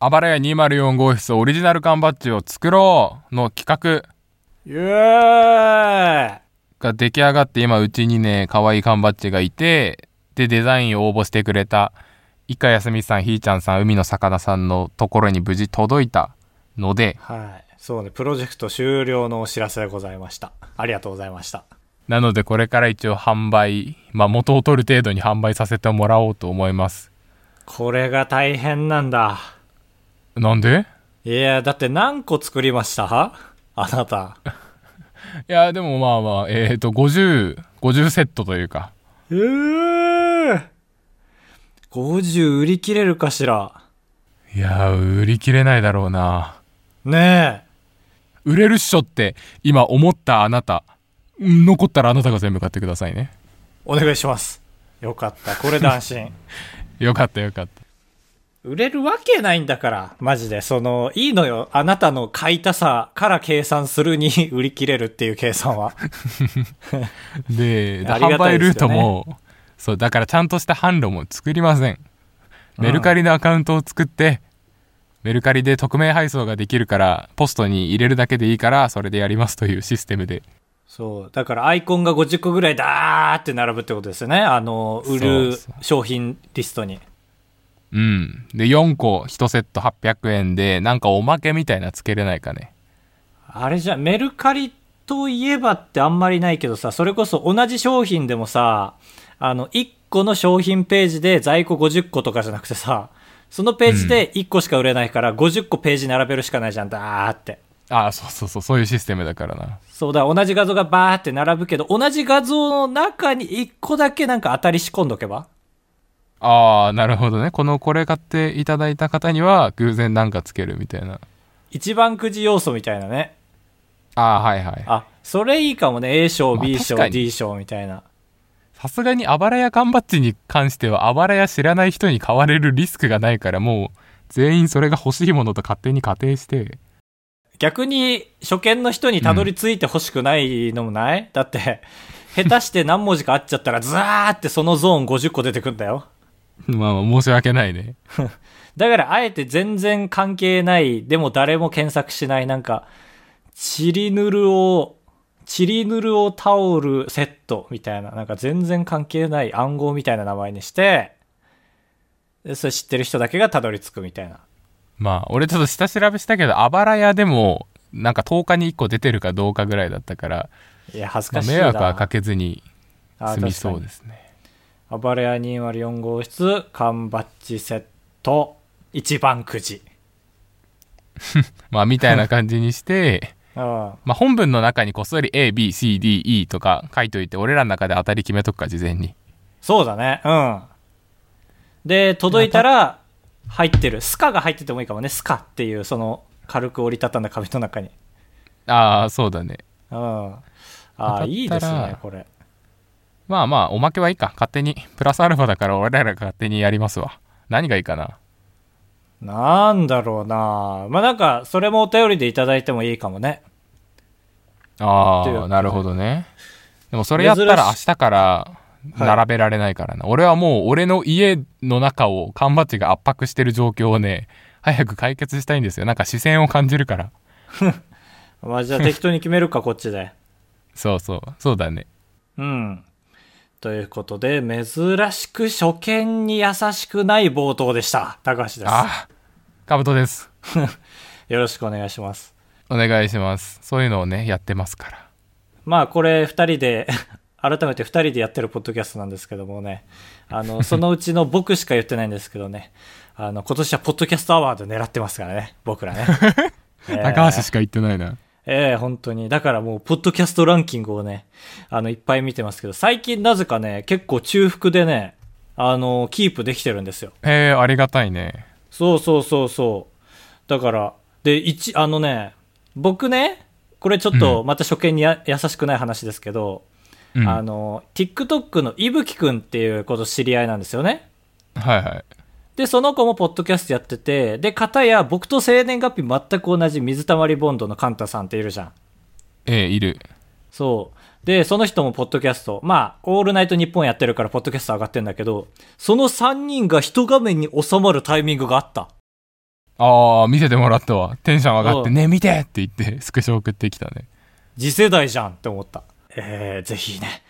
あばれ204号室オリジナル缶バッジを作ろうの企画イエーイが出来上がって今うちにね、可愛い缶バッジがいて、で、デザインを応募してくれた、いかやすみさん、ひーちゃんさん、海の魚さんのところに無事届いたので、はい。そうね、プロジェクト終了のお知らせでございました。ありがとうございました。なのでこれから一応販売、まあ元を取る程度に販売させてもらおうと思います。これが大変なんだ。なんでいや、だって何個作りましたあなた。いや、でもまあまあ、えっ、と、50、50セットというか、えー、50売り切れるかしら。いやー、売り切れないだろうな。ねえ。売れるっしょって、今思ったあなた、うん残ったらあなたが全部買ってくださいね。お願いします。よかった。これで安心。よかったよかった。 売れるわけないんだから、マジで。その、いいのよ。あなたの買いたさから計算するに売り切れるっていう計算は。で、あり販がた売いでルすートよねも、そう、だからちゃんとした販路も作りません。うんメルカリのアカウントを作って、メルカリで匿名配送ができるから、ポストに入れるだけでいいから、それでやりますというシステムで。そう。だからアイコンが50個ぐらいだーって並ぶってことですよね。あの、売るそうそう商品リストに。うん。で、4個1セット800円で、なんかおまけみたいなつけれないかね。あれじゃ、メルカリといえばってあんまりないけどさ、それこそ同じ商品でもさ、あの、1個の商品ページで在庫50個とかじゃなくてさ、そのページで1個しか売れないから、50個ページ並べるしかないじゃん、だーって。ああ、そうそうそう、そういうシステムだからな。そうだ、同じ画像がバーって並ぶけど、同じ画像の中に1個だけなんか当たり仕込んどけばああ、なるほどね。この、これ買っていただいた方には、偶然なんかつけるみたいな。一番くじ要素みたいなね。ああ、はいはい。あ、それいいかもね。A 賞、まあ B 確賞、かに D 賞みたいな。さすがにあばらや缶バッジに関してはあばらや知らない人に買われるリスクがないからもう全員それが欲しいものと勝手に仮定して逆に初見の人にたどり着いてほしくないのもない、だって、下手して何文字か合っちゃったらズワーってそのゾーン50個出てくんだよ。まあまあ申し訳ないねだからあえて全然関係ない、でも誰も検索しないなんか、チリヌルを、チリヌルをタオルセットみたいな、なんか全然関係ない暗号みたいな名前にして、でそれ知ってる人だけがたどり着くみたいな。まあ俺ちょっと下調べしたけどあばらやでもなんか10日に1個出てるかどうかぐらいだったから、いや、恥ずまかあしいな。迷惑はかけずにあ済みそう確かですねに暴れ屋204号室缶バッジセット一番くじまあみたいな感じにしてうんまあ本文の中にこっそり ABCDE とか書いといて俺らの中で当たり決めとくか事前にそうだねうんで届いたら入ってるスカが入っててもいいかもねスカっていうその軽く折りたたんだ紙の中にああそうだねうんああいい当たでったすらねこれまあまあ、おまけはいいか。勝手に。プラスアルファだから俺らが勝手にやりますわ。何がいいかな。なんだろうなまあなんかそれもお便りでいただいてもいいかもねあというわけあ、でなるほどね。でもそれやったら明珍日から並べられないからな。俺はもう俺の家の中を缶バッジが圧迫してる状況をね、早く解決したいんですよ。なんか視線を感じるから。まあじゃ あ適当に決めるかこっちでそうそう。そうだね。うん。ということで、珍しく初見に優しくない冒頭でした。高橋です。ああ、かぶとです。よろしくお願いします。お願いします。そういうのをね、やってますから。まあ、これ二人で、 改めて二人でやってるポッドキャストなんですけどもね、あ の、そのうちの僕しか言ってないんですけどね、あの、今年はポッドキャストアワード狙ってますからね、僕らね。えー高橋しか言ってないな。ええ本当に。だからもう、ポッドキャストランキングをね、あの、いっぱい見てますけど、最近なぜかね、結構中腹でね、あの、キープできてるんですよ。へえ、ありがたいね。そうそうそうそう。だから、で、一、あのね、僕ね、これちょっとまた初見にや優しくない話ですけど、うん。あはいの、TikTok のいぶきくんっていうこと知り合いなんですよね。はい。で、その子もポッドキャストやってて、で、片や僕と生年月日全く同じ水溜りボンドのカンタさんっているじゃん。ええ、いる。そう。で、その人もポッドキャスト、まあ、オールナイト日本やってるからポッドキャスト上がってんだけど、その3人が一画面に収まるタイミングがあった。ああ見せてもらったわテンション上がってうんね見てって言ってスクショ送ってきたね次世代じゃんって思った。えー、ぜひね、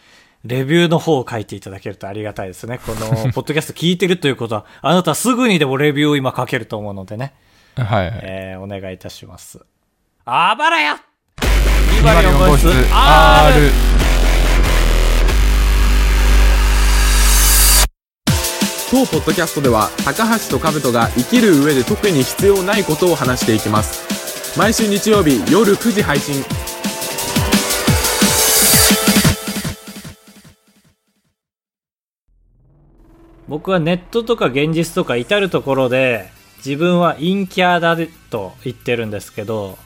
レビューの方を書いていただけるとありがたいですね。この、ポッドキャスト聞いてるということは、あなたすぐにでもレビューを今書けると思うのでね、はいはいえー、お願いいたします。あばらやビババリリオンオンボボイイスス R R! 当ポッドキャストでは高橋と兜が生きる上で特に必要ないことを話していきます毎週日曜日夜9時配信僕はネットとか現実とか至るところで、自分は陰キャだと言ってるんですけど、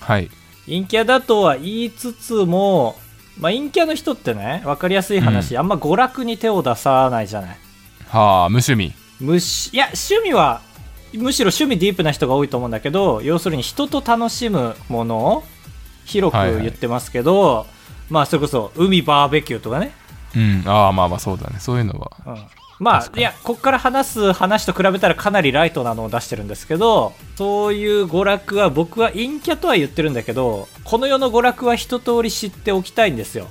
はい陰キャだとは言いつつも、まあ、陰キャの人ってね、わかりやすい話、あんま娯楽に手を出さないじゃない。はあ無趣味むしいや趣味はむしろ趣味ディープな人が多いと思うんだけど要するに人と楽しむものを広くはいはい言ってますけど、まあそれこそ海バーベキューとかね、うんああまあまあそうだねそういうのはうん、ま確かあにいやこっから話す話と比べたらかなりライトなのを出してるんですけどそういう娯楽は僕は陰キャとは言ってるんだけどこの世の娯楽は一通り知っておきたいんですよ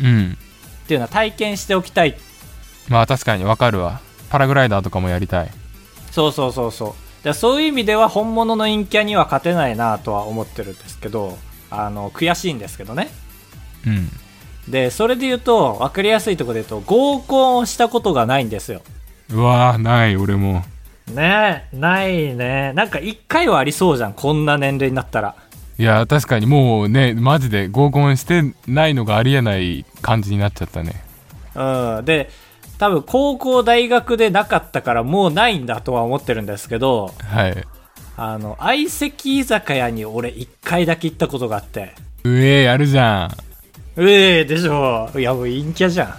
うんっていうのは体験しておきたいまあ確かにわかるわパラグライダーとかもやりたいそうそうそうそうだからそういう意味では本物の陰キャには勝てないなとは思ってるんですけどあの悔しいんですけどねうんでそれで言うと分かりやすいところで言うと合コンをしたことがないんですようわーない俺もねえないねなんか1回はありそうじゃんこんな年齢になったらいや確かにもうねマジで合コンしてないのがありえない感じになっちゃったねうんで多分高校大学でなかったからもうないんだとは思ってるんですけどはいあの相席居酒屋に俺1回だけ行ったことがあってうえー、やるじゃんうえーでしょいやもう陰キャじゃん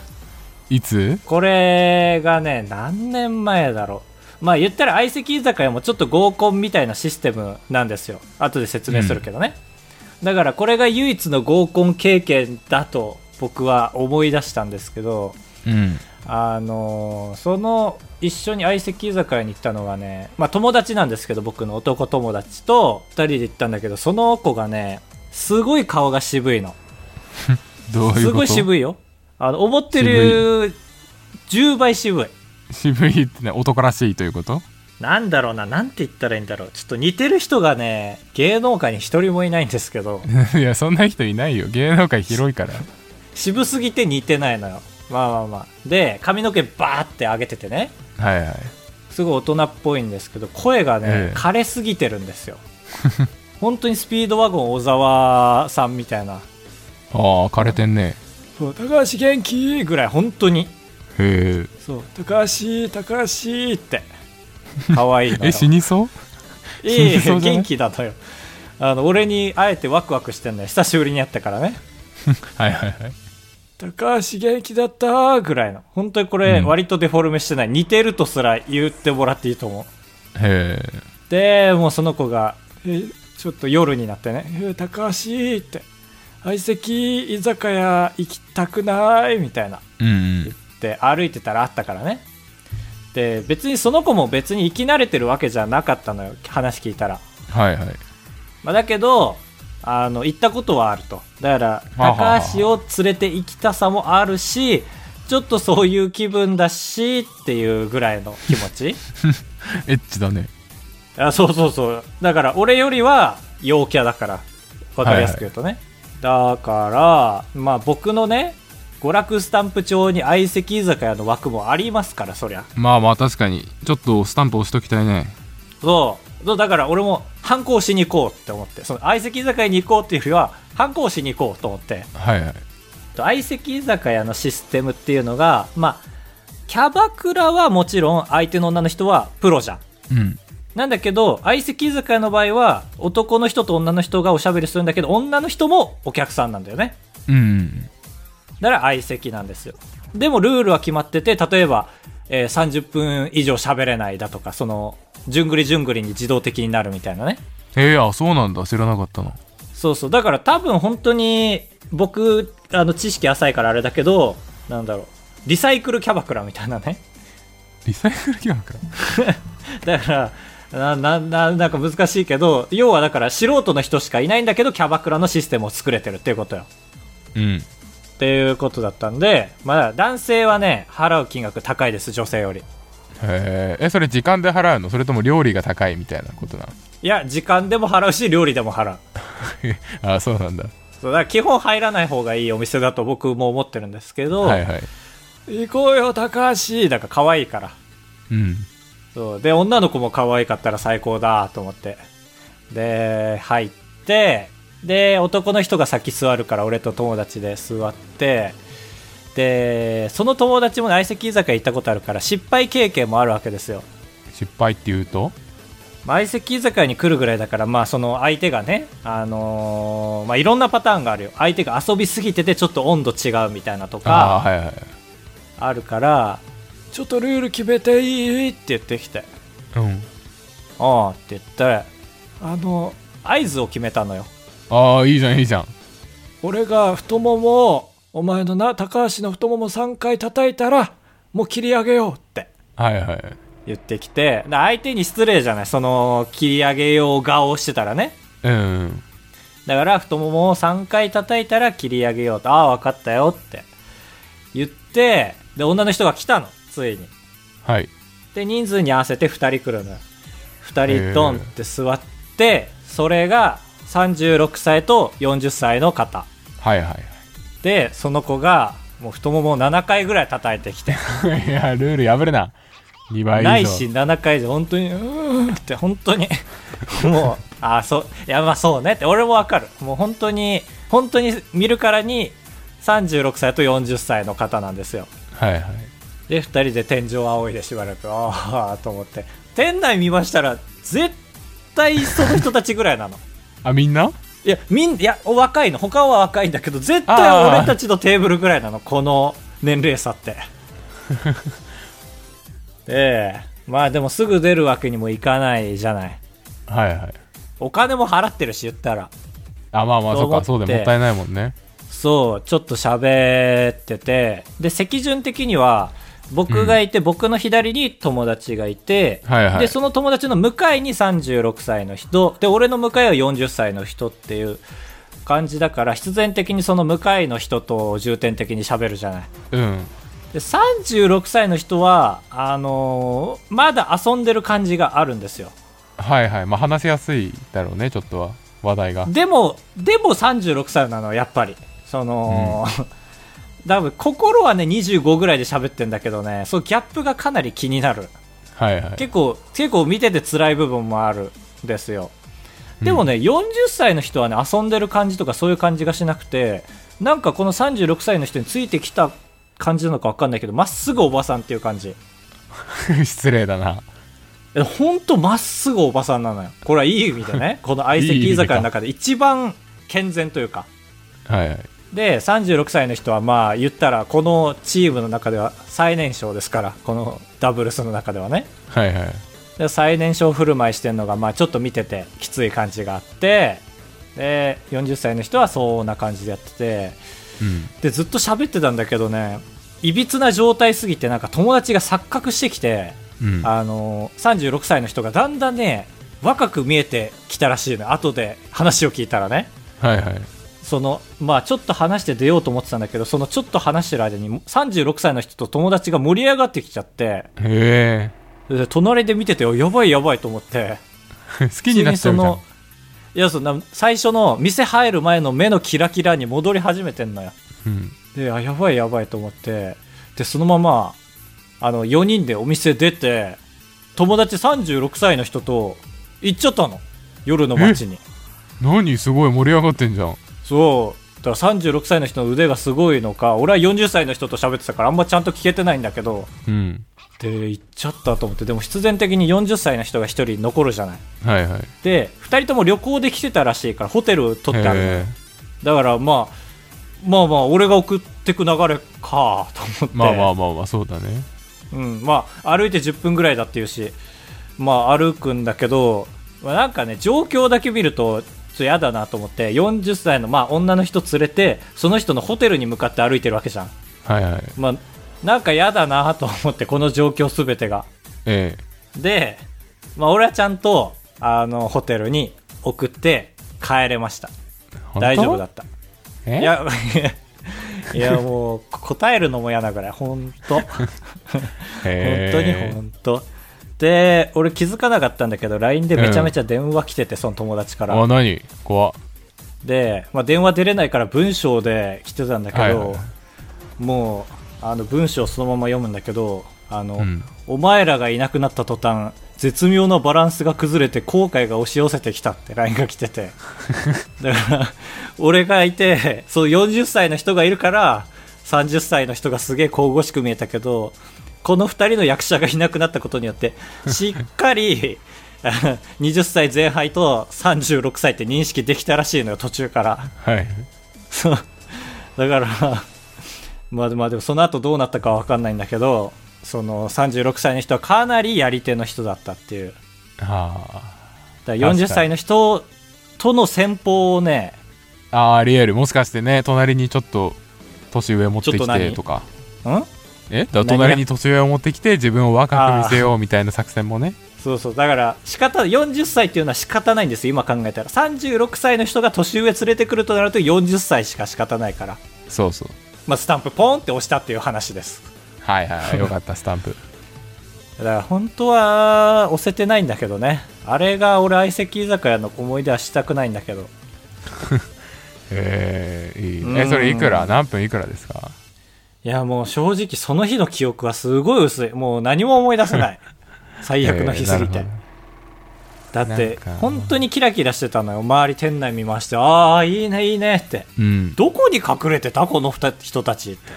いつこれがね、何年前だろう。まあ言ったら相席居酒屋もちょっと合コンみたいなシステムなんですよ。後で説明するけどね。だからこれが唯一の合コン経験だと僕は思い出したんですけど、うんあのーその一緒に相席居酒屋に行ったのがね、まあ友達なんですけど僕の男友達と2人で行ったんだけど、その子がね、すごい顔が渋いの。どういうことすごいい渋いよ。あの、思ってる10倍渋い。渋いってね男らしいということ なんだろうな、なんて言ったらいいんだろう。ちょっと似てる人がね、芸能界に一人もいないんですけ ど、いやそんな人いないよ芸能界広いから渋すぎて似てないのよ。まあまあまあ。で、髪の毛バーって上げててね、はいはいすごい大人っぽいんですけど、声がね、ええ枯れすぎてるん ですよ。本当にスピードワゴン小沢さんみたいな。ああ枯れてんねそう、高橋元気ぐらい、本当に。へそう、高橋、高橋って。可愛いの えよえ死にそういえいえ死にそうじゃない元気だのよ。あの、俺に会えてワクワクしてんのよ。久しぶりに会ったからね。はいはいはい高橋元気だったーぐらいの本当にこれうん割とデフォルメしてない、似てるとすら言ってもらっていいと思うへでもうその子がえちょっと夜になってね「え高橋」って「相席居酒屋行きたくない」みたいなえうんで歩いてたらあったからねで別にその子も別に生き慣れてるわけじゃなかったのよ話聞いたら、はいはいまあ、だけどあの行ったことはあるとだからははは高橋を連れて行きたさもあるしちょっとそういう気分だしっていうぐらいの気 持ちエッチだねあそうそうそうだから俺よりは陽キャだからわかりやすく言うとね、だからまあ僕のね娯楽スタンプ帳に相席居酒屋の枠もありますからそりゃまあまあ確かにちょっとスタンプ押しときたいねそうそうだから俺も反抗しに行こうって思ってその相席居酒屋に行こうっていうよりは反抗しに行こうと思ってはいはい相席居酒屋のシステムっていうのがまあキャバクラはもちろん相手の女の人はプロじゃんうんなんだけど相席居酒屋の場合は男の人と女の人がおしゃべりするんだけど女の人もお客さんなんだよねうんだから相席なんですよでもルールは決まってて例えば、えー30分以上喋れないだとかその順繰り順繰りに自動的になるみたいなねえー、あそうなんだ知らなかったなそうそう。だから多分本当に、僕、あの、知識浅いからあれだけど、なんだろう。リサイクルキャバクラみたいなね。リサイクルキャバクラだから、ななななんか難しいけど要はだから素人の人しかいないんだけどキャバクラのシステムを作れてるっていうことようんっていうことだったんでまあ男性はね払う金額高いです女性よりへーえそれ時間で払うのそれとも料理が高いみたいなことなのいや時間でも払うし料理でも払う ああそうなんだそうだから基本入らない方がいいお店だと僕も思ってるんですけど、はいはい行こうよ高橋だから可愛いからうんそうで女の子も可愛かったら最高だと思ってで入ってで男の人が先座るから俺と友達で座ってでその友達も相席居酒屋行ったことあるから失敗経験もあるわけですよ失敗っていうとまあ相席居酒屋に来るぐらいだから、まあ、その相手がね、あのーまあ、いろんなパターンがあるよ相手が遊びすぎててちょっと温度違うみたいなとああかーはいはいあるからちょっとルール決めていいって言ってきてうん「ああ」って言ってあの合図を決めたのよああいいじゃんいいじゃん俺が太ももをお前のな高橋の太もも3回叩いたらもう切り上げようってはいはい言ってきてで相手に失礼じゃないその切り上げよう顔をしてたらねうんだから太ももを3回叩いたら切り上げようと、ああ、分かったよって言って、で、女の人が来たの、ついに。はいで、人数に合わせて2人来るのよ。2へえ人ドンって座って、それが36歳と40歳の方。はいはで、その子が、もう太ももを7回ぐらい叩いてきて、いはいい やルール破るな2倍以上ないし7回で本当に、うーんって本当 に、もう、ああ、そう、いや、まあそうねって、俺もわかる。もう本当に、本当に見るからに、36歳と40歳の方なんですよ。はいはいで、2人で天井を仰いでしばらく、ああ、と思って。店内見ましたら、絶対その人たちぐらいな の。あみんないや、みん、いや、お若いの。他は若いんだけど、絶対あー俺たちのテーブルぐらいなの、この年齢 差って。で、まあでもすぐ出るわけにもいかないじゃない。はいはいお金も払ってるし、言ったら。あまあまあとそっ思っかてそうでもったいないもんねそう、ちょっと喋ってて、で、席順的には、僕がいて、僕の左に友達がいて、はいはいで、その友達の向かいに36歳の人、で、俺の向かいは40歳の人っていう感じだから、必然的にその向かいの人と重点的に喋るじゃない。うんで、36歳の人は、あのーまだ遊んでる感じがあるんですよ。はいはいまあ話しやすいだろうねちょっとは話題がでも、でも36歳なの、やっぱり。その、多分心はね、25ぐらいで喋ってんだけどね、そうギャップがかなり気になる。はいはい結構、結構見てて辛い部分もあるんですよ。でもね、40歳の人はね、遊んでる感じとかそういう感じがしなくて、なんかこの36歳の人についてきた感じなのかわかんないけど、まっすぐおばさんっていう感じ。 失礼だなえほんとまっすぐおばさんなのよ。これはいい意味でね、この相席居酒屋の中で一番健全というか。はいはいで36歳の人はまあ言ったらこのチームの中では最年少ですからこのダブルスの中ではねはいはいで最年少振る舞いしてるのがまあちょっと見ててきつい感じがあってで40歳の人はそうな感じでやっててうんでずっと喋ってたんだけどねいびつな状態すぎてなんか友達が錯覚してきて、うんあの36歳の人がだんだんね若く見えてきたらしいの後で話を聞いたらねはいはいそのまあちょっと話して出ようと思ってたんだけどそのちょっと話してる間に36歳の人と友達が盛り上がってきちゃってへで隣で見てておやばいやばいと思ってえ 好きになっちゃうじゃん普通にそのいやそんな最初の店入る前の目のキラキラに戻り始めてんのようんであやばいやばいと思ってでそのままあの4人でお店出て友達36歳の人と行っちゃったの夜の街に何すごい盛り上がってんじゃんそうだから36歳の人の腕がすごいのか俺は40歳の人と喋ってたからあんまちゃんと聞けてないんだけどうんで行っちゃったと思ってでも必然的に40歳の人が1人残るじゃないはいはいで2人とも旅行で来てたらしいからホテル取ってあるのよへえだからまあまあまあ俺が送ってく流れかと思ってまあまあまあまあそうだねうん、まあ歩いて10分ぐらいだっていうしまあ歩くんだけど、まあ、なんかね状況だけ見るとちょっと嫌だなと思って40歳のまあ女の人連れてその人のホテルに向かって歩いてるわけじゃんはいはいまあなんか嫌だなと思ってこの状況すべてがえでまあ、俺はちゃんと、あの、ホテルに送って帰れました。大丈夫だった。えいや、 いやもう、答えるのも嫌なぐらい、ほん と。本当にへー本当で俺気づかなかったんだけど LINE でめちゃめちゃ電話来てて、その友達からあ何怖っで、まあ、電話出れないから文章で来てたんだけど、はいはいもうあの文章そのまま読むんだけどあの、うんお前らがいなくなった途端絶妙なバランスが崩れて後悔が押し寄せてきたって LINE が来て てだから俺がいてそう40歳の人がいるから30歳の人がすげえ神々しく見えたけどこの2人の役者がいなくなったことによってしっかり あの20歳前輩と36歳って認識できたらしいのよ途中から。はいそう。だから、まあでもまあでもその後どうなったかはわかんないんだけど、その36歳の人はかなりやり手の人だったっていう。あだから確か40に歳の人との戦法をね、ーあーありえるもしかしてね隣にちょっと年上持ってちょっときて何とかんえだから何が隣に年上を持ってきて自分を若く見せようみたいな作戦もねそうそう。だから仕方、40歳っていうのは仕方ないんですよ、今考えたら。36歳の人が年上連れてくるとなると40歳しか仕方ないから。そうそうまあスタンプポンって押したっていう話です。はいはい はいよかったスタンプだから本当は押せてないんだけどね。あれが俺相席居酒屋の思い出はしたくないんだけど。えー、いいねえうんそれいくら何分いくらですかいやもう正直その日の記憶はすごい薄いもう何も思い出せない最悪の日すぎて、えーなるだっなんてか本当にキラキラしてたのよ周り店内見ましてああいいねいいねってほどうんどこに隠れてたこの二人たちって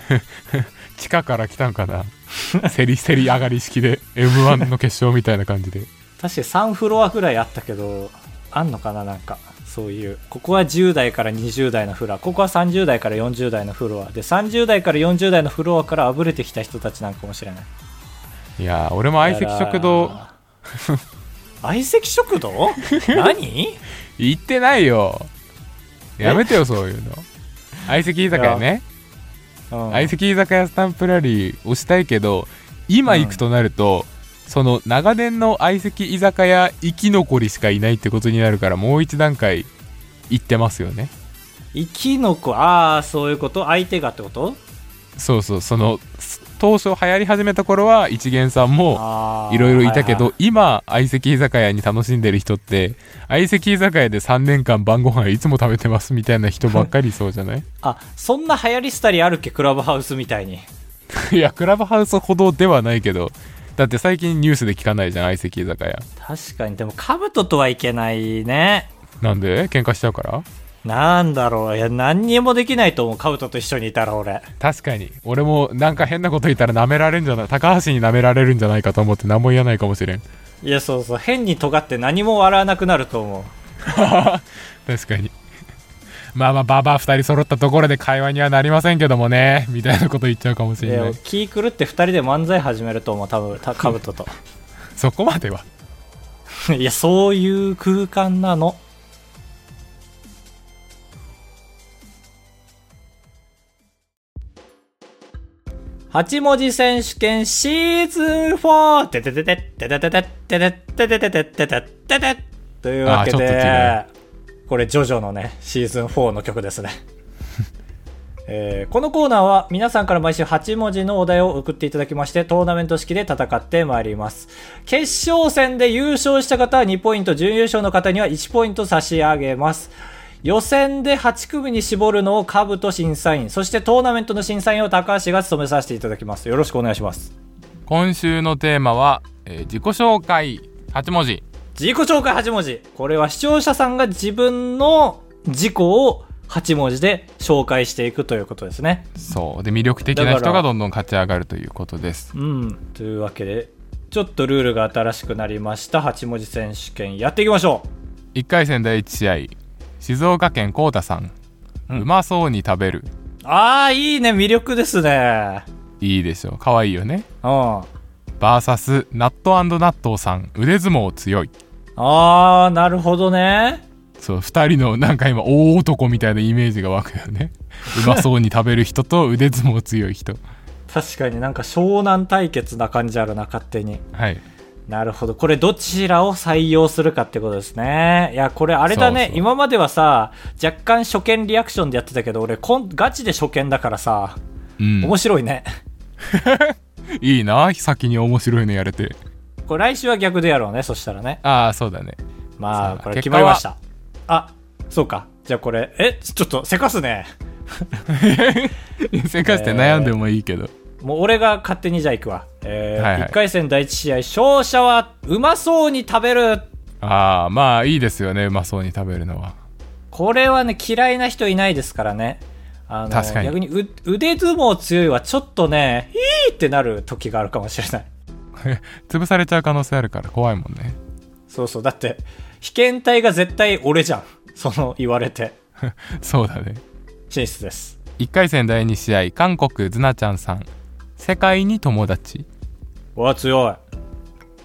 地下から来たんかな せりせり上がり式で m 1の決勝みたいな感じで確か3フロアぐらいあったけどあんのかななんかそういうここは10代から20代のフロアここは30代から40代のフロアで30代から40代のフロアからあぶれてきた人たちなんかもしれないいやー俺も相席食堂だから相席食堂 何行ってないよやめてよそういうの相席居酒屋ねうん相席居酒屋スタンプラリー押したいけど今行くとなると、その長年の相席居酒屋生き残りしかいないってことになるからもう一段階行ってますよね生き残ああそういうこと相手がってことそうそうそのす当初流行り始めた頃は一元さんもああいろいろいたけど、は今相席居酒屋に楽しんでる人って相席居酒屋で3年間晩ご飯いつも食べてますみたいな人ばっかりそうじゃない いはいあそんな流行りしたりあるっけクラブハウスみたいにいやクラブハウスほどではないけどだって最近ニュースで聞かないじゃん相席居酒屋確かにでも兜とはいけないねなんで喧嘩しちゃうからなんだろういや何にもできないと思う兜と一緒にいたら俺確かに俺もなんか変なこと言ったら舐められるんじゃない高橋に舐められるんじゃないかと思って何も言わないかもしれんいやそうそう変に尖って何も笑わなくなると思う確かに まあまあババア2人揃ったところで会話にはなりませんけどもねみたいなこと言っちゃうかもしれない、で気狂って二人で漫才始めると思う多分た兜とそこまではいやそういう空間なの八文字選手権シーズン 4! ててててててててててててててててててというわけあーちょっとで違、これジョジョのね、シーズン4の曲ですね。えーこのコーナーは皆さんから毎週8文字のお題を送っていただきましてトーナメント式で戦ってまいります決勝戦で優勝した方は2ポイント準優勝の方には1ポイント差し上げます予選で8組に絞るのをカブと審査員そしてトーナメントの審査員を高橋が務めさせていただきますよろしくお願いします今週のテーマは、えー自己紹介8文字自己紹介8文字これは視聴者さんが自分の自己を8文字で紹介していくということですねそうで魅力的だなから人がどんどん勝ち上がるということですうん、というわけでちょっとルールが新しくなりました8文字選手権やっていきましょ1回戦第1試合静岡県浩太さん、ううんまそうに食べるうああいいね魅力ですねいいでしょう可愛いよねうんあバーサスナットナットーさん腕相撲強いあなるほどねそう2人のなんか今大男みたいなイメージが湧くよ ねうまそうに食べる人と腕相撲強い人確かになんか湘南対決な感じあるな勝手にはいなるほど。これどちらを採用するかってことですね。いや、これあれだそね。うそう今まではさ、若干初見リアクションでやってたけど、俺こん、ガチで初見だからさ、うん面白いね。いいな先に面白いのやれてこれ来週は逆でやろうね、そしたらね。ああそうだねまそうあ、だこれ結決ま果はりました。あ、そうか。じゃあこれ、え、ちょっと、せかすね。せかして悩んでもいいけど、もう俺が勝手にじゃあ行くわ。えーはいはい1回戦第1試合、勝者はうまそうに食べる。ああまあいいですよねうまそうに食べるのはこれはね、嫌いな人いないですからね。あの確かに逆にう腕相撲強いはちょっとね、いいってなる時があるかもしれない。潰されちゃう可能性あるから怖いもんねそうそう。だって、被験体が絶対俺じゃん。その言われて。そうだね進出です。 1回戦第2試合韓国ズナちゃんさん世界に友達うわ、強い。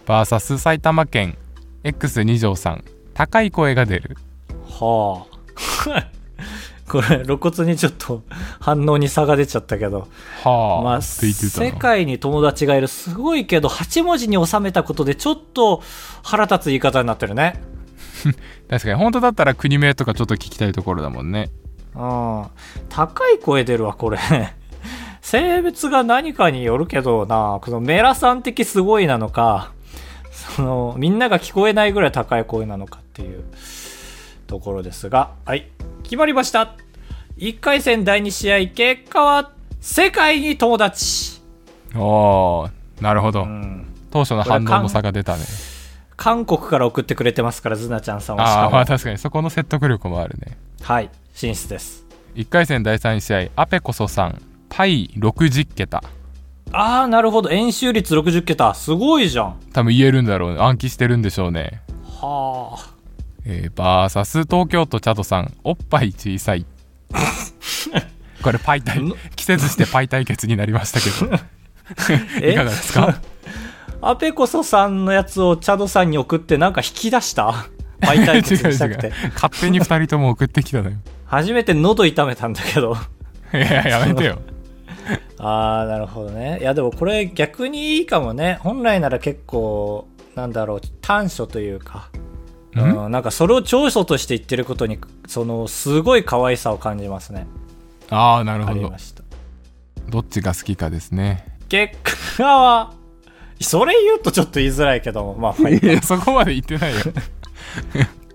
VS 埼玉県 X2 条さん高い声が出るはあ。 これ露骨にちょっと反応に差が出ちゃったけど、はあ、まあ、って言ってた世な界に友達がいるすごいけど8文字に収めたことでちょっと腹立つ言い方になってるね確かに本当だったら国名とかちょっと聞きたいところだもんねうん高い声出るわこれ 性別が何かによるけどなこのメラさん的すごいなのかそのみんなが聞こえないぐらい高い声なのかっていうところですがはい決まりました1回戦第2試合結果は世界に友達ああなるほど、うん当初の反応の差が出たね韓国から送ってくれてますからズナちゃんさんはしあかあもまあ確かにそこの説得力もあるねはい、進出です。 1回戦第3試合アペコソさんパイ60桁ああ、なるほど。円周率60桁。すごいじゃん。多分言えるんだろうね暗記してるんでしょうねはあ。えー、バーサス東京都チャドさんおっぱい小 さいこれパイ対ん季節してパイ対決になりました けどいかがですかアペコソさんのやつをチャドさんに送ってなんか引き出した 媒体違決うにし た違くてう。勝手に2人とも送ってきたの よ初めて喉痛めたんだけど。いややめてよああ、なるほどね。いや、でもこれ逆にいいかもね。本来なら結構、なんだろう、短所というか。んうん、なんかそれを長所として言ってることに、その、すごい可愛さを感じますね。ああなるあほりどました。どっちが好きかですね結果は、それ言うとちょっと言いづらいけども、まあ、 まあいいいかやそこまで言って ないよ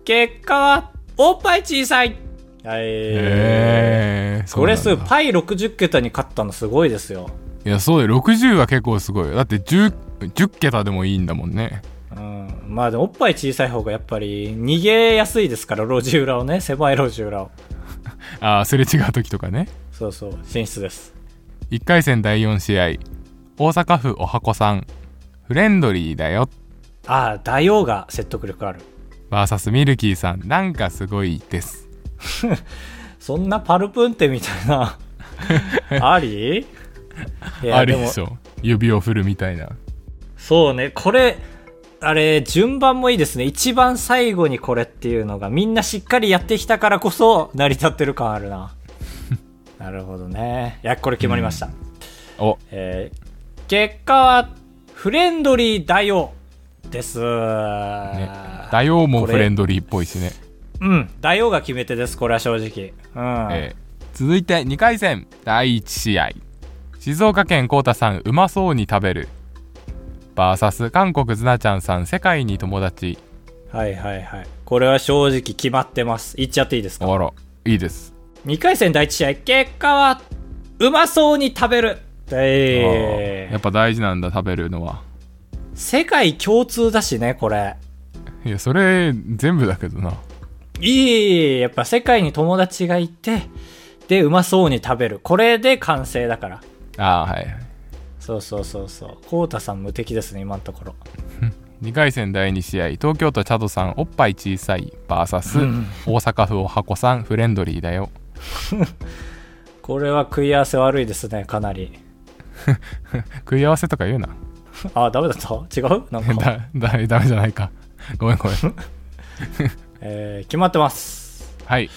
結果は、おっぱい小さいはい。ええー、これすそうご、ないんだパイ60桁に勝ったのすごいですよ。いやそうだよ60は結構すごいよだって 10, 10桁でもいいんだもんねうん。まあでも、おっぱい小さい方がやっぱり、逃げやすいですから、路地裏をね、狭い路地裏を。ああすれ違う時とかねそうそう、進出です。 1回戦第4試合大阪府おはこさんフレンドリーだよああ、大王が説得力ある。 VS ミルキーさんなんかすごいですそんなパルプンテみた いな、ありいやあるもでしょ指を振るみたいなそうね、これ、あれ、順番もいいですね。一番最後にこれっていうのが、みんなしっかりやってきたからこそ、成り立ってる感ある な。なるほどね。いや、これ決まりました。おえー結果は、フレンドリー大王です。ね大王もこれフレンドリーっぽいしね、うん、大王が決め手です、これは正直。うん。えー続いて2回戦第1試合静岡県こうたさんうまそうに食べる VS 韓国ズナちゃんさん世界に友達はいはいはい。これは正直決まってます。言っちゃっていいですかあらいいです2回戦第1試合結果はうまそうに食べるえあーーやっぱ大事なんだ食べるのは世界共通だしねこれいやそれ全部だけどないいやっぱ世界に友達がいてでうまそうに食べるこれで完成だからあーはいはいそうそうそうそうこうたさん無敵ですね今のところ2回戦第2試合東京都チャドさんおっぱい小さい VS、うん大阪府おはこさんフレンドリーだよこれは食い合わせ悪いですねかなり食い合わせとか言うなあダメだった違うなんか、 だだダメじゃないかごめんごめ んえー決まってますはい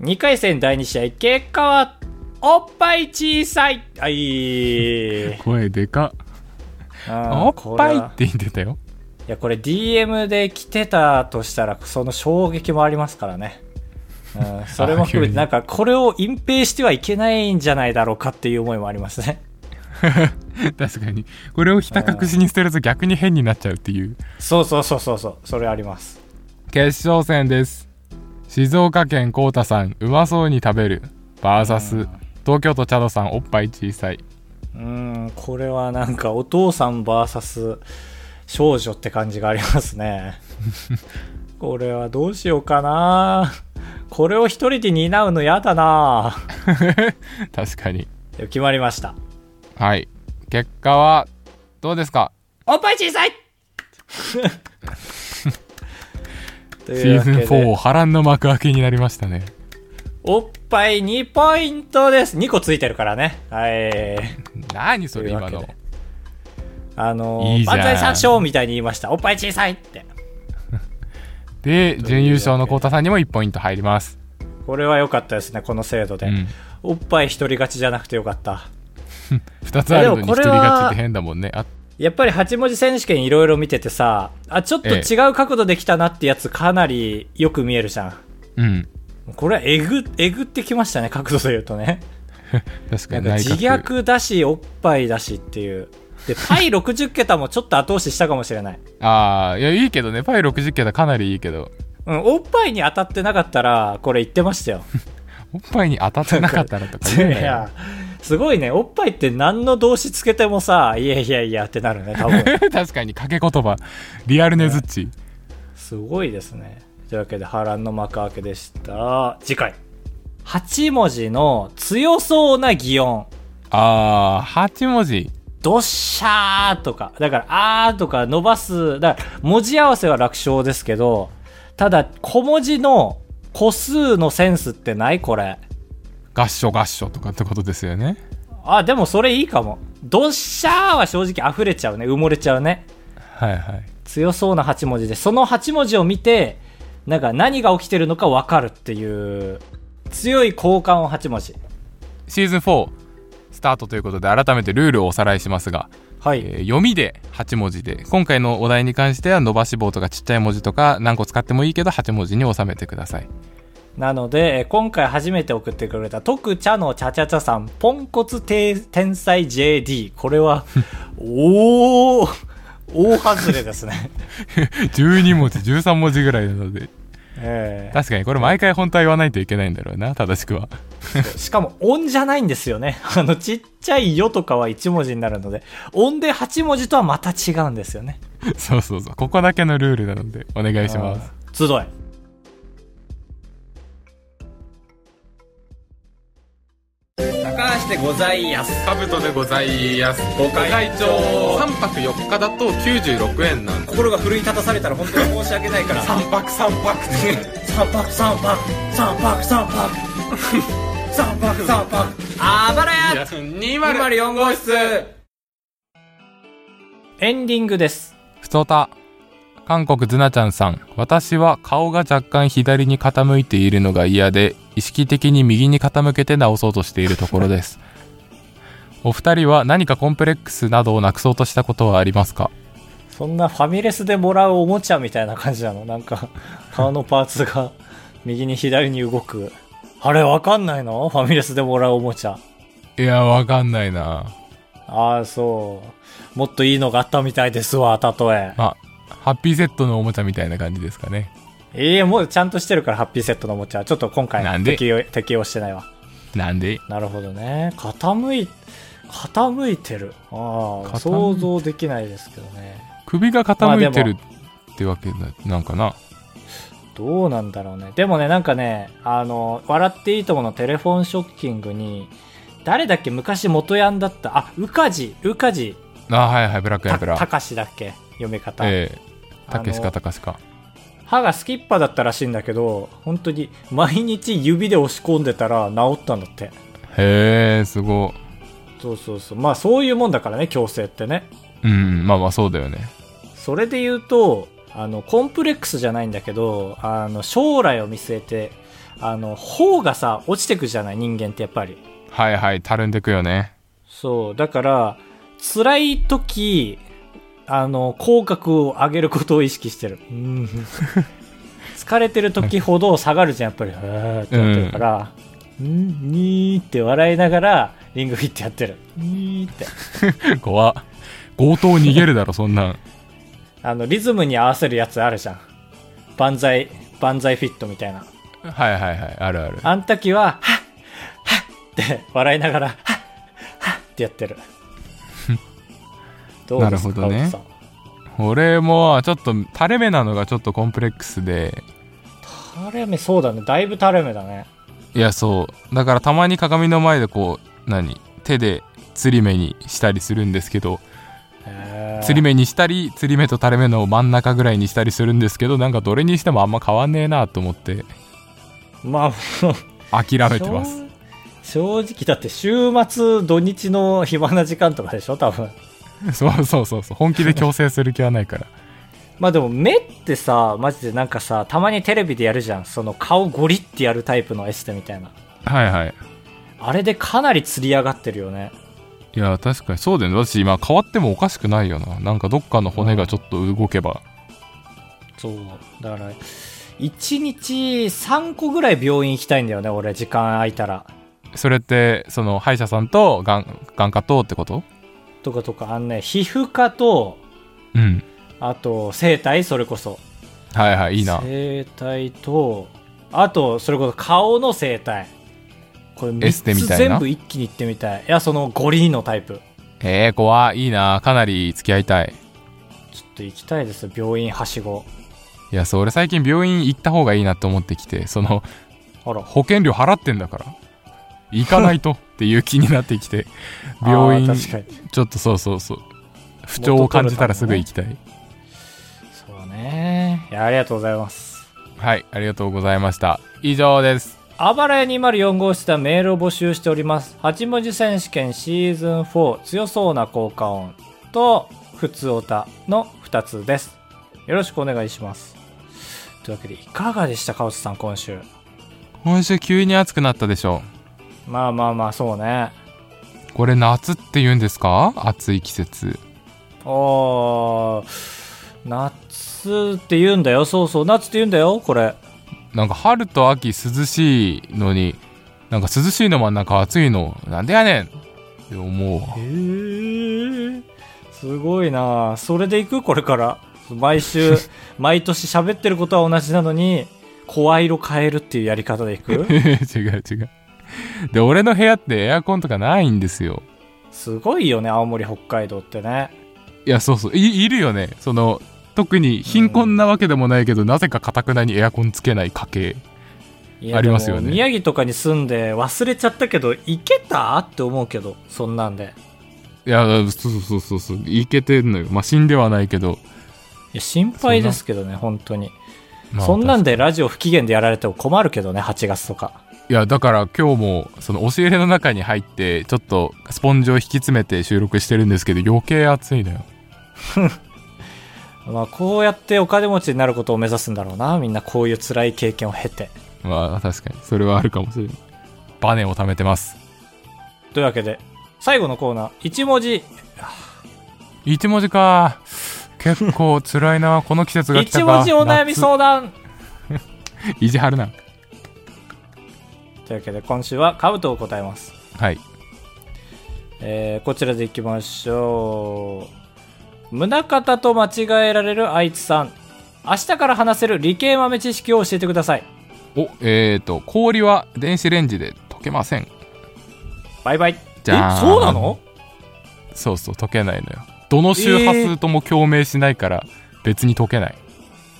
2回戦第2試合結果はおっぱい小さいはい声でかあーおっぱいこれっはて言ってたよ いや、これ DM で来てたとしたら、その衝撃もありますからね。 うん、それも含め急て、になんか、これを隠蔽してはいけないんじゃないだろうかっていう思いもありますね。確かにこれをひた隠しに捨てると逆に変になっちゃうっていうそうそうそうそうそう、それあります。決勝戦です静岡県こうたさんうまそうに食べる VS 東京都チャドさんおっぱい小さいう ーん、これはなんか、お父さん VS 少女って感じがありますね。これはどうしようかなこれを一人で担うの嫌だな確かにいや決まりました。はい結果はどうですかおっぱい小さいとシいーうわズンけで4波乱の幕開けになりましたねおっぱい2ポイントです2個ついてるからねはい何それというわ今けでのあのいいじゃん万歳三唱みたいに言いましたおっぱい小さいってで準優勝のこうたさんにも1ポイント入りますこれは良かったですねこの制度で、うんおっぱい一人勝ちじゃなくてよかった2つあるのにいやで1もこれ人は勝ちって変だもんねあやっぱり8文字選手権いろいろ見ててさあちょっとええ違う角度できたなってやつかなりよく見えるじゃんうんこれはえぐえぐってきましたね角度で言うとね確かなんにか内自閣虐だし、おっぱいだしっていう。で、パイ60桁もちょっと後押ししたかもしれない。ああいやいいけどねパイ60桁かなりいいけどうん、おっぱいに当たってなかったら、これ言ってましたよ。おっぱいに当たってなかったらとかい言うなよや、すごいね。おっぱいって何の動詞つけてもさ、いやいやいやってなるね、多分。 確かに掛け言葉リアルネズッチすごいですね。というわけで、波乱の幕開けでした。次回。8文字の強そうな擬音。あー8文字どっしゃーとか、だから、あーとか伸ばす、だから、文字合わせは楽勝ですけど、ただ、小文字の個数のセンスってないこれ。合唱合唱とかってことですよねあ、でもそれいいかも。どっしゃーは正直溢れちゃうね。埋もれちゃうね。はいはい強そうな8文字で、その8文字を見て、なんか何が起きてるのかわかるっていう、強い交換を8文字。シーズン4スタートということで改めてルールをおさらいしますが、はい。えー読みで8文字で今回のお題に関しては伸ばし棒とかちっちゃい文字とか何個使ってもいいけど8文字に収めてください なので、えー今回初めて送ってくれた、徳茶のちゃちゃちゃさん、ポンコツて天才 JD。これ は、おー、大外れで すね。 12文字13文字ぐらいなのでえ確かにこれ毎回本当は言わないといけないんだろうな正しくは ーしかも、音じゃないんですよね。 あの、ちっちゃいよとかは1文字になるので、音で8文字とはまた違うんですよね。そうそうそうここだけのルールなのでお願いします集え。高橋でございやすカブトでございやすご会長3泊4日だと96円なんで心が奮い立たされたら本当に申し訳ないから。3泊3泊3泊3泊3泊3泊3泊3泊あばらや204号室エンディングです。ふとた。韓国ズナちゃんさん。私は顔が若干左に傾いているのが嫌で、意識的に右に傾けて直そうとしているところ です。お二人は何かコンプレックスなどをなくそうとしたことはありますかそんなファミレスでもらうおもちゃみたいな感じなのなんか、顔のパーツが右に左に動く。あれわかんないのファミレスでもらうおもちゃ。いや、わかんないな。ああ、そう。もっといいのがあったみたいですわ、たとえ。まあ、ハッピーセットのおもちゃみたいな感じですかね。ええもうちゃんとしてるから、ハッピーセットのおもちゃ。ちょっと今回なんで適用、適用してないわ。なんでなるほどね。傾い、傾いてる。あ傾あ、い想像できないですけどね。首が傾いてまあでるもってわけななんかな。どうなんだろうね。でもね、なんかね、あの、笑っていいとものテレフォンショッキングに、誰だっけ昔元ヤンだった。あ、うかじ、うかじ、あ、はいはい、ブラックやたブラ。たかしだっけ読み方。ええたけしあかのたかしか。歯がスキッパだったらしいんだけど、本当に毎日指で押し込んでたら治ったんだって。へえ、すご。そうそうそう。まあそういうもんだからね、矯正ってね。うん、まあまあそうだよね。それで言うと、あの、コンプレックスじゃないんだけど、あの、将来を見据えて、あの、頬がさ、落ちてくじゃない人間ってやっぱり。はいはい、たるんでくよね。そう、だから、辛い時、あの、口角を上げることを意識してる。うん 疲れてる時ほど下がるじゃん、やっぱり。はーってなってるから、うん、にーって笑いながら、リングフィットやってる。にーって。怖っ強盗逃げるだろそんなんあの、リズムに合わせるやつあるじゃん。万歳、万歳フィットみたいな。はいはいはいあるあるあん時は、はっ、はっって笑いながら、はっ、はっってやってる。どうですか なるほどね青木さん俺もちょっと垂れ目なのがちょっとコンプレックスで垂れ目、そうだね。だいぶ垂れ目だね。いやそうだからたまに鏡の前でこう何手で釣り目にしたりするんですけどへー釣り目にしたり釣り目と垂れ目の真ん中ぐらいにしたりするんですけどなんかどれにしてもあんま変わんねえなと思ってま あ、諦めてます正正直だって週末土日の暇な時間とかでしょ多分そうそうそうそう本気で強制する気はないからまあでも目ってさマジでなんかさたまにテレビでやるじゃんその顔ゴリってやるタイプのエステみたいなはいはいあれでかなり釣り上がってるよねいや確かにそうだよね私今変わってもおかしくないよななんかどっかの骨がちょっと動けばそうだから1日3個ぐらい病院行きたいんだよね俺時間空いたらそれってその歯医者さんと眼眼科とってこととかとかあのね皮膚科とうんあと整体それこそはいはいいいな整体とあとそれこそ顔の整体これエステ3みつたいな全部一気にいってみたいいやそのゴリのタイプえー、怖いいいなかなり付き合いたいちょっと行きたいです病院はしごいやそう俺最近病院行った方がいいなって思ってきてそのあら保険料払ってんだから行かないとっていう気になって きて病あ院ー確かにちょっとそうそうそう不調を感じたらすぐ行きたいそうねいやありがとうございますはいありがとうございました以上ですあばらや204号室ではメールを募集しております8文字選手権シーズン4強そうな効果音と普通オタの2つですよろしくお願いしますというわけでいかがでしたかおさん今週今週急に暑くなったでしょまあまあまあそうねこれ夏って言うんですか暑い季節あー夏って言うんだよそうそう夏って言うんだよこれなんか春と秋涼しいのになんか涼しいの真ん中暑いのなんでやねんって思うわ へえすごいなそれでいくこれから毎 週毎年喋ってることは同じなのに声色変えるっていうやり方でいく違う違うで俺の部屋ってエアコンとかないんですよすごいよね青森北海道ってねいやそうそういいるよねその特に貧困なわけでもないけど、なぜかかたくなにエアコンつけない家計いやありますよねでも宮城とかに住んで忘れちゃったけど行けたって思うけどそんなんでいやそうそうそうそういけてんのよまあ死んではないけど、いや心配ですけどね本当にまあそんなんでラジオ不機嫌でやられても困るけどね8月とかいやだから今日もその押し入れの中に入ってちょっとスポンジを引き詰めて収録してるんですけど余計暑いのよまあ、こうやってお金持ちになることを目指すんだろうなみんなこういう辛い経験を経てまあ確かにそれはあるかもしれないバネを貯めてますというわけで最後のコーナー1文字一文字か結構辛いなこの季節が来た1か文字お悩み相談夏意地張るなというわけで今週はカブトを答えます、はいえーこちらでいきましょう宗方と間違えられるあいつさん明日から話せる理系豆知識を教えてくださいおえー、と氷は電子レンジで溶けませんバイバイじゃーんえそうなのそうそう溶けないのよどの周波数とも共鳴しないから別に溶けない、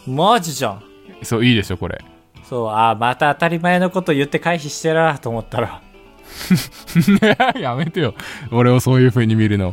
マジじゃんそういいでしょこれ そうあーまた当たり前のこと言って回避してらと思ったらやめてよ俺をそういう風に見るの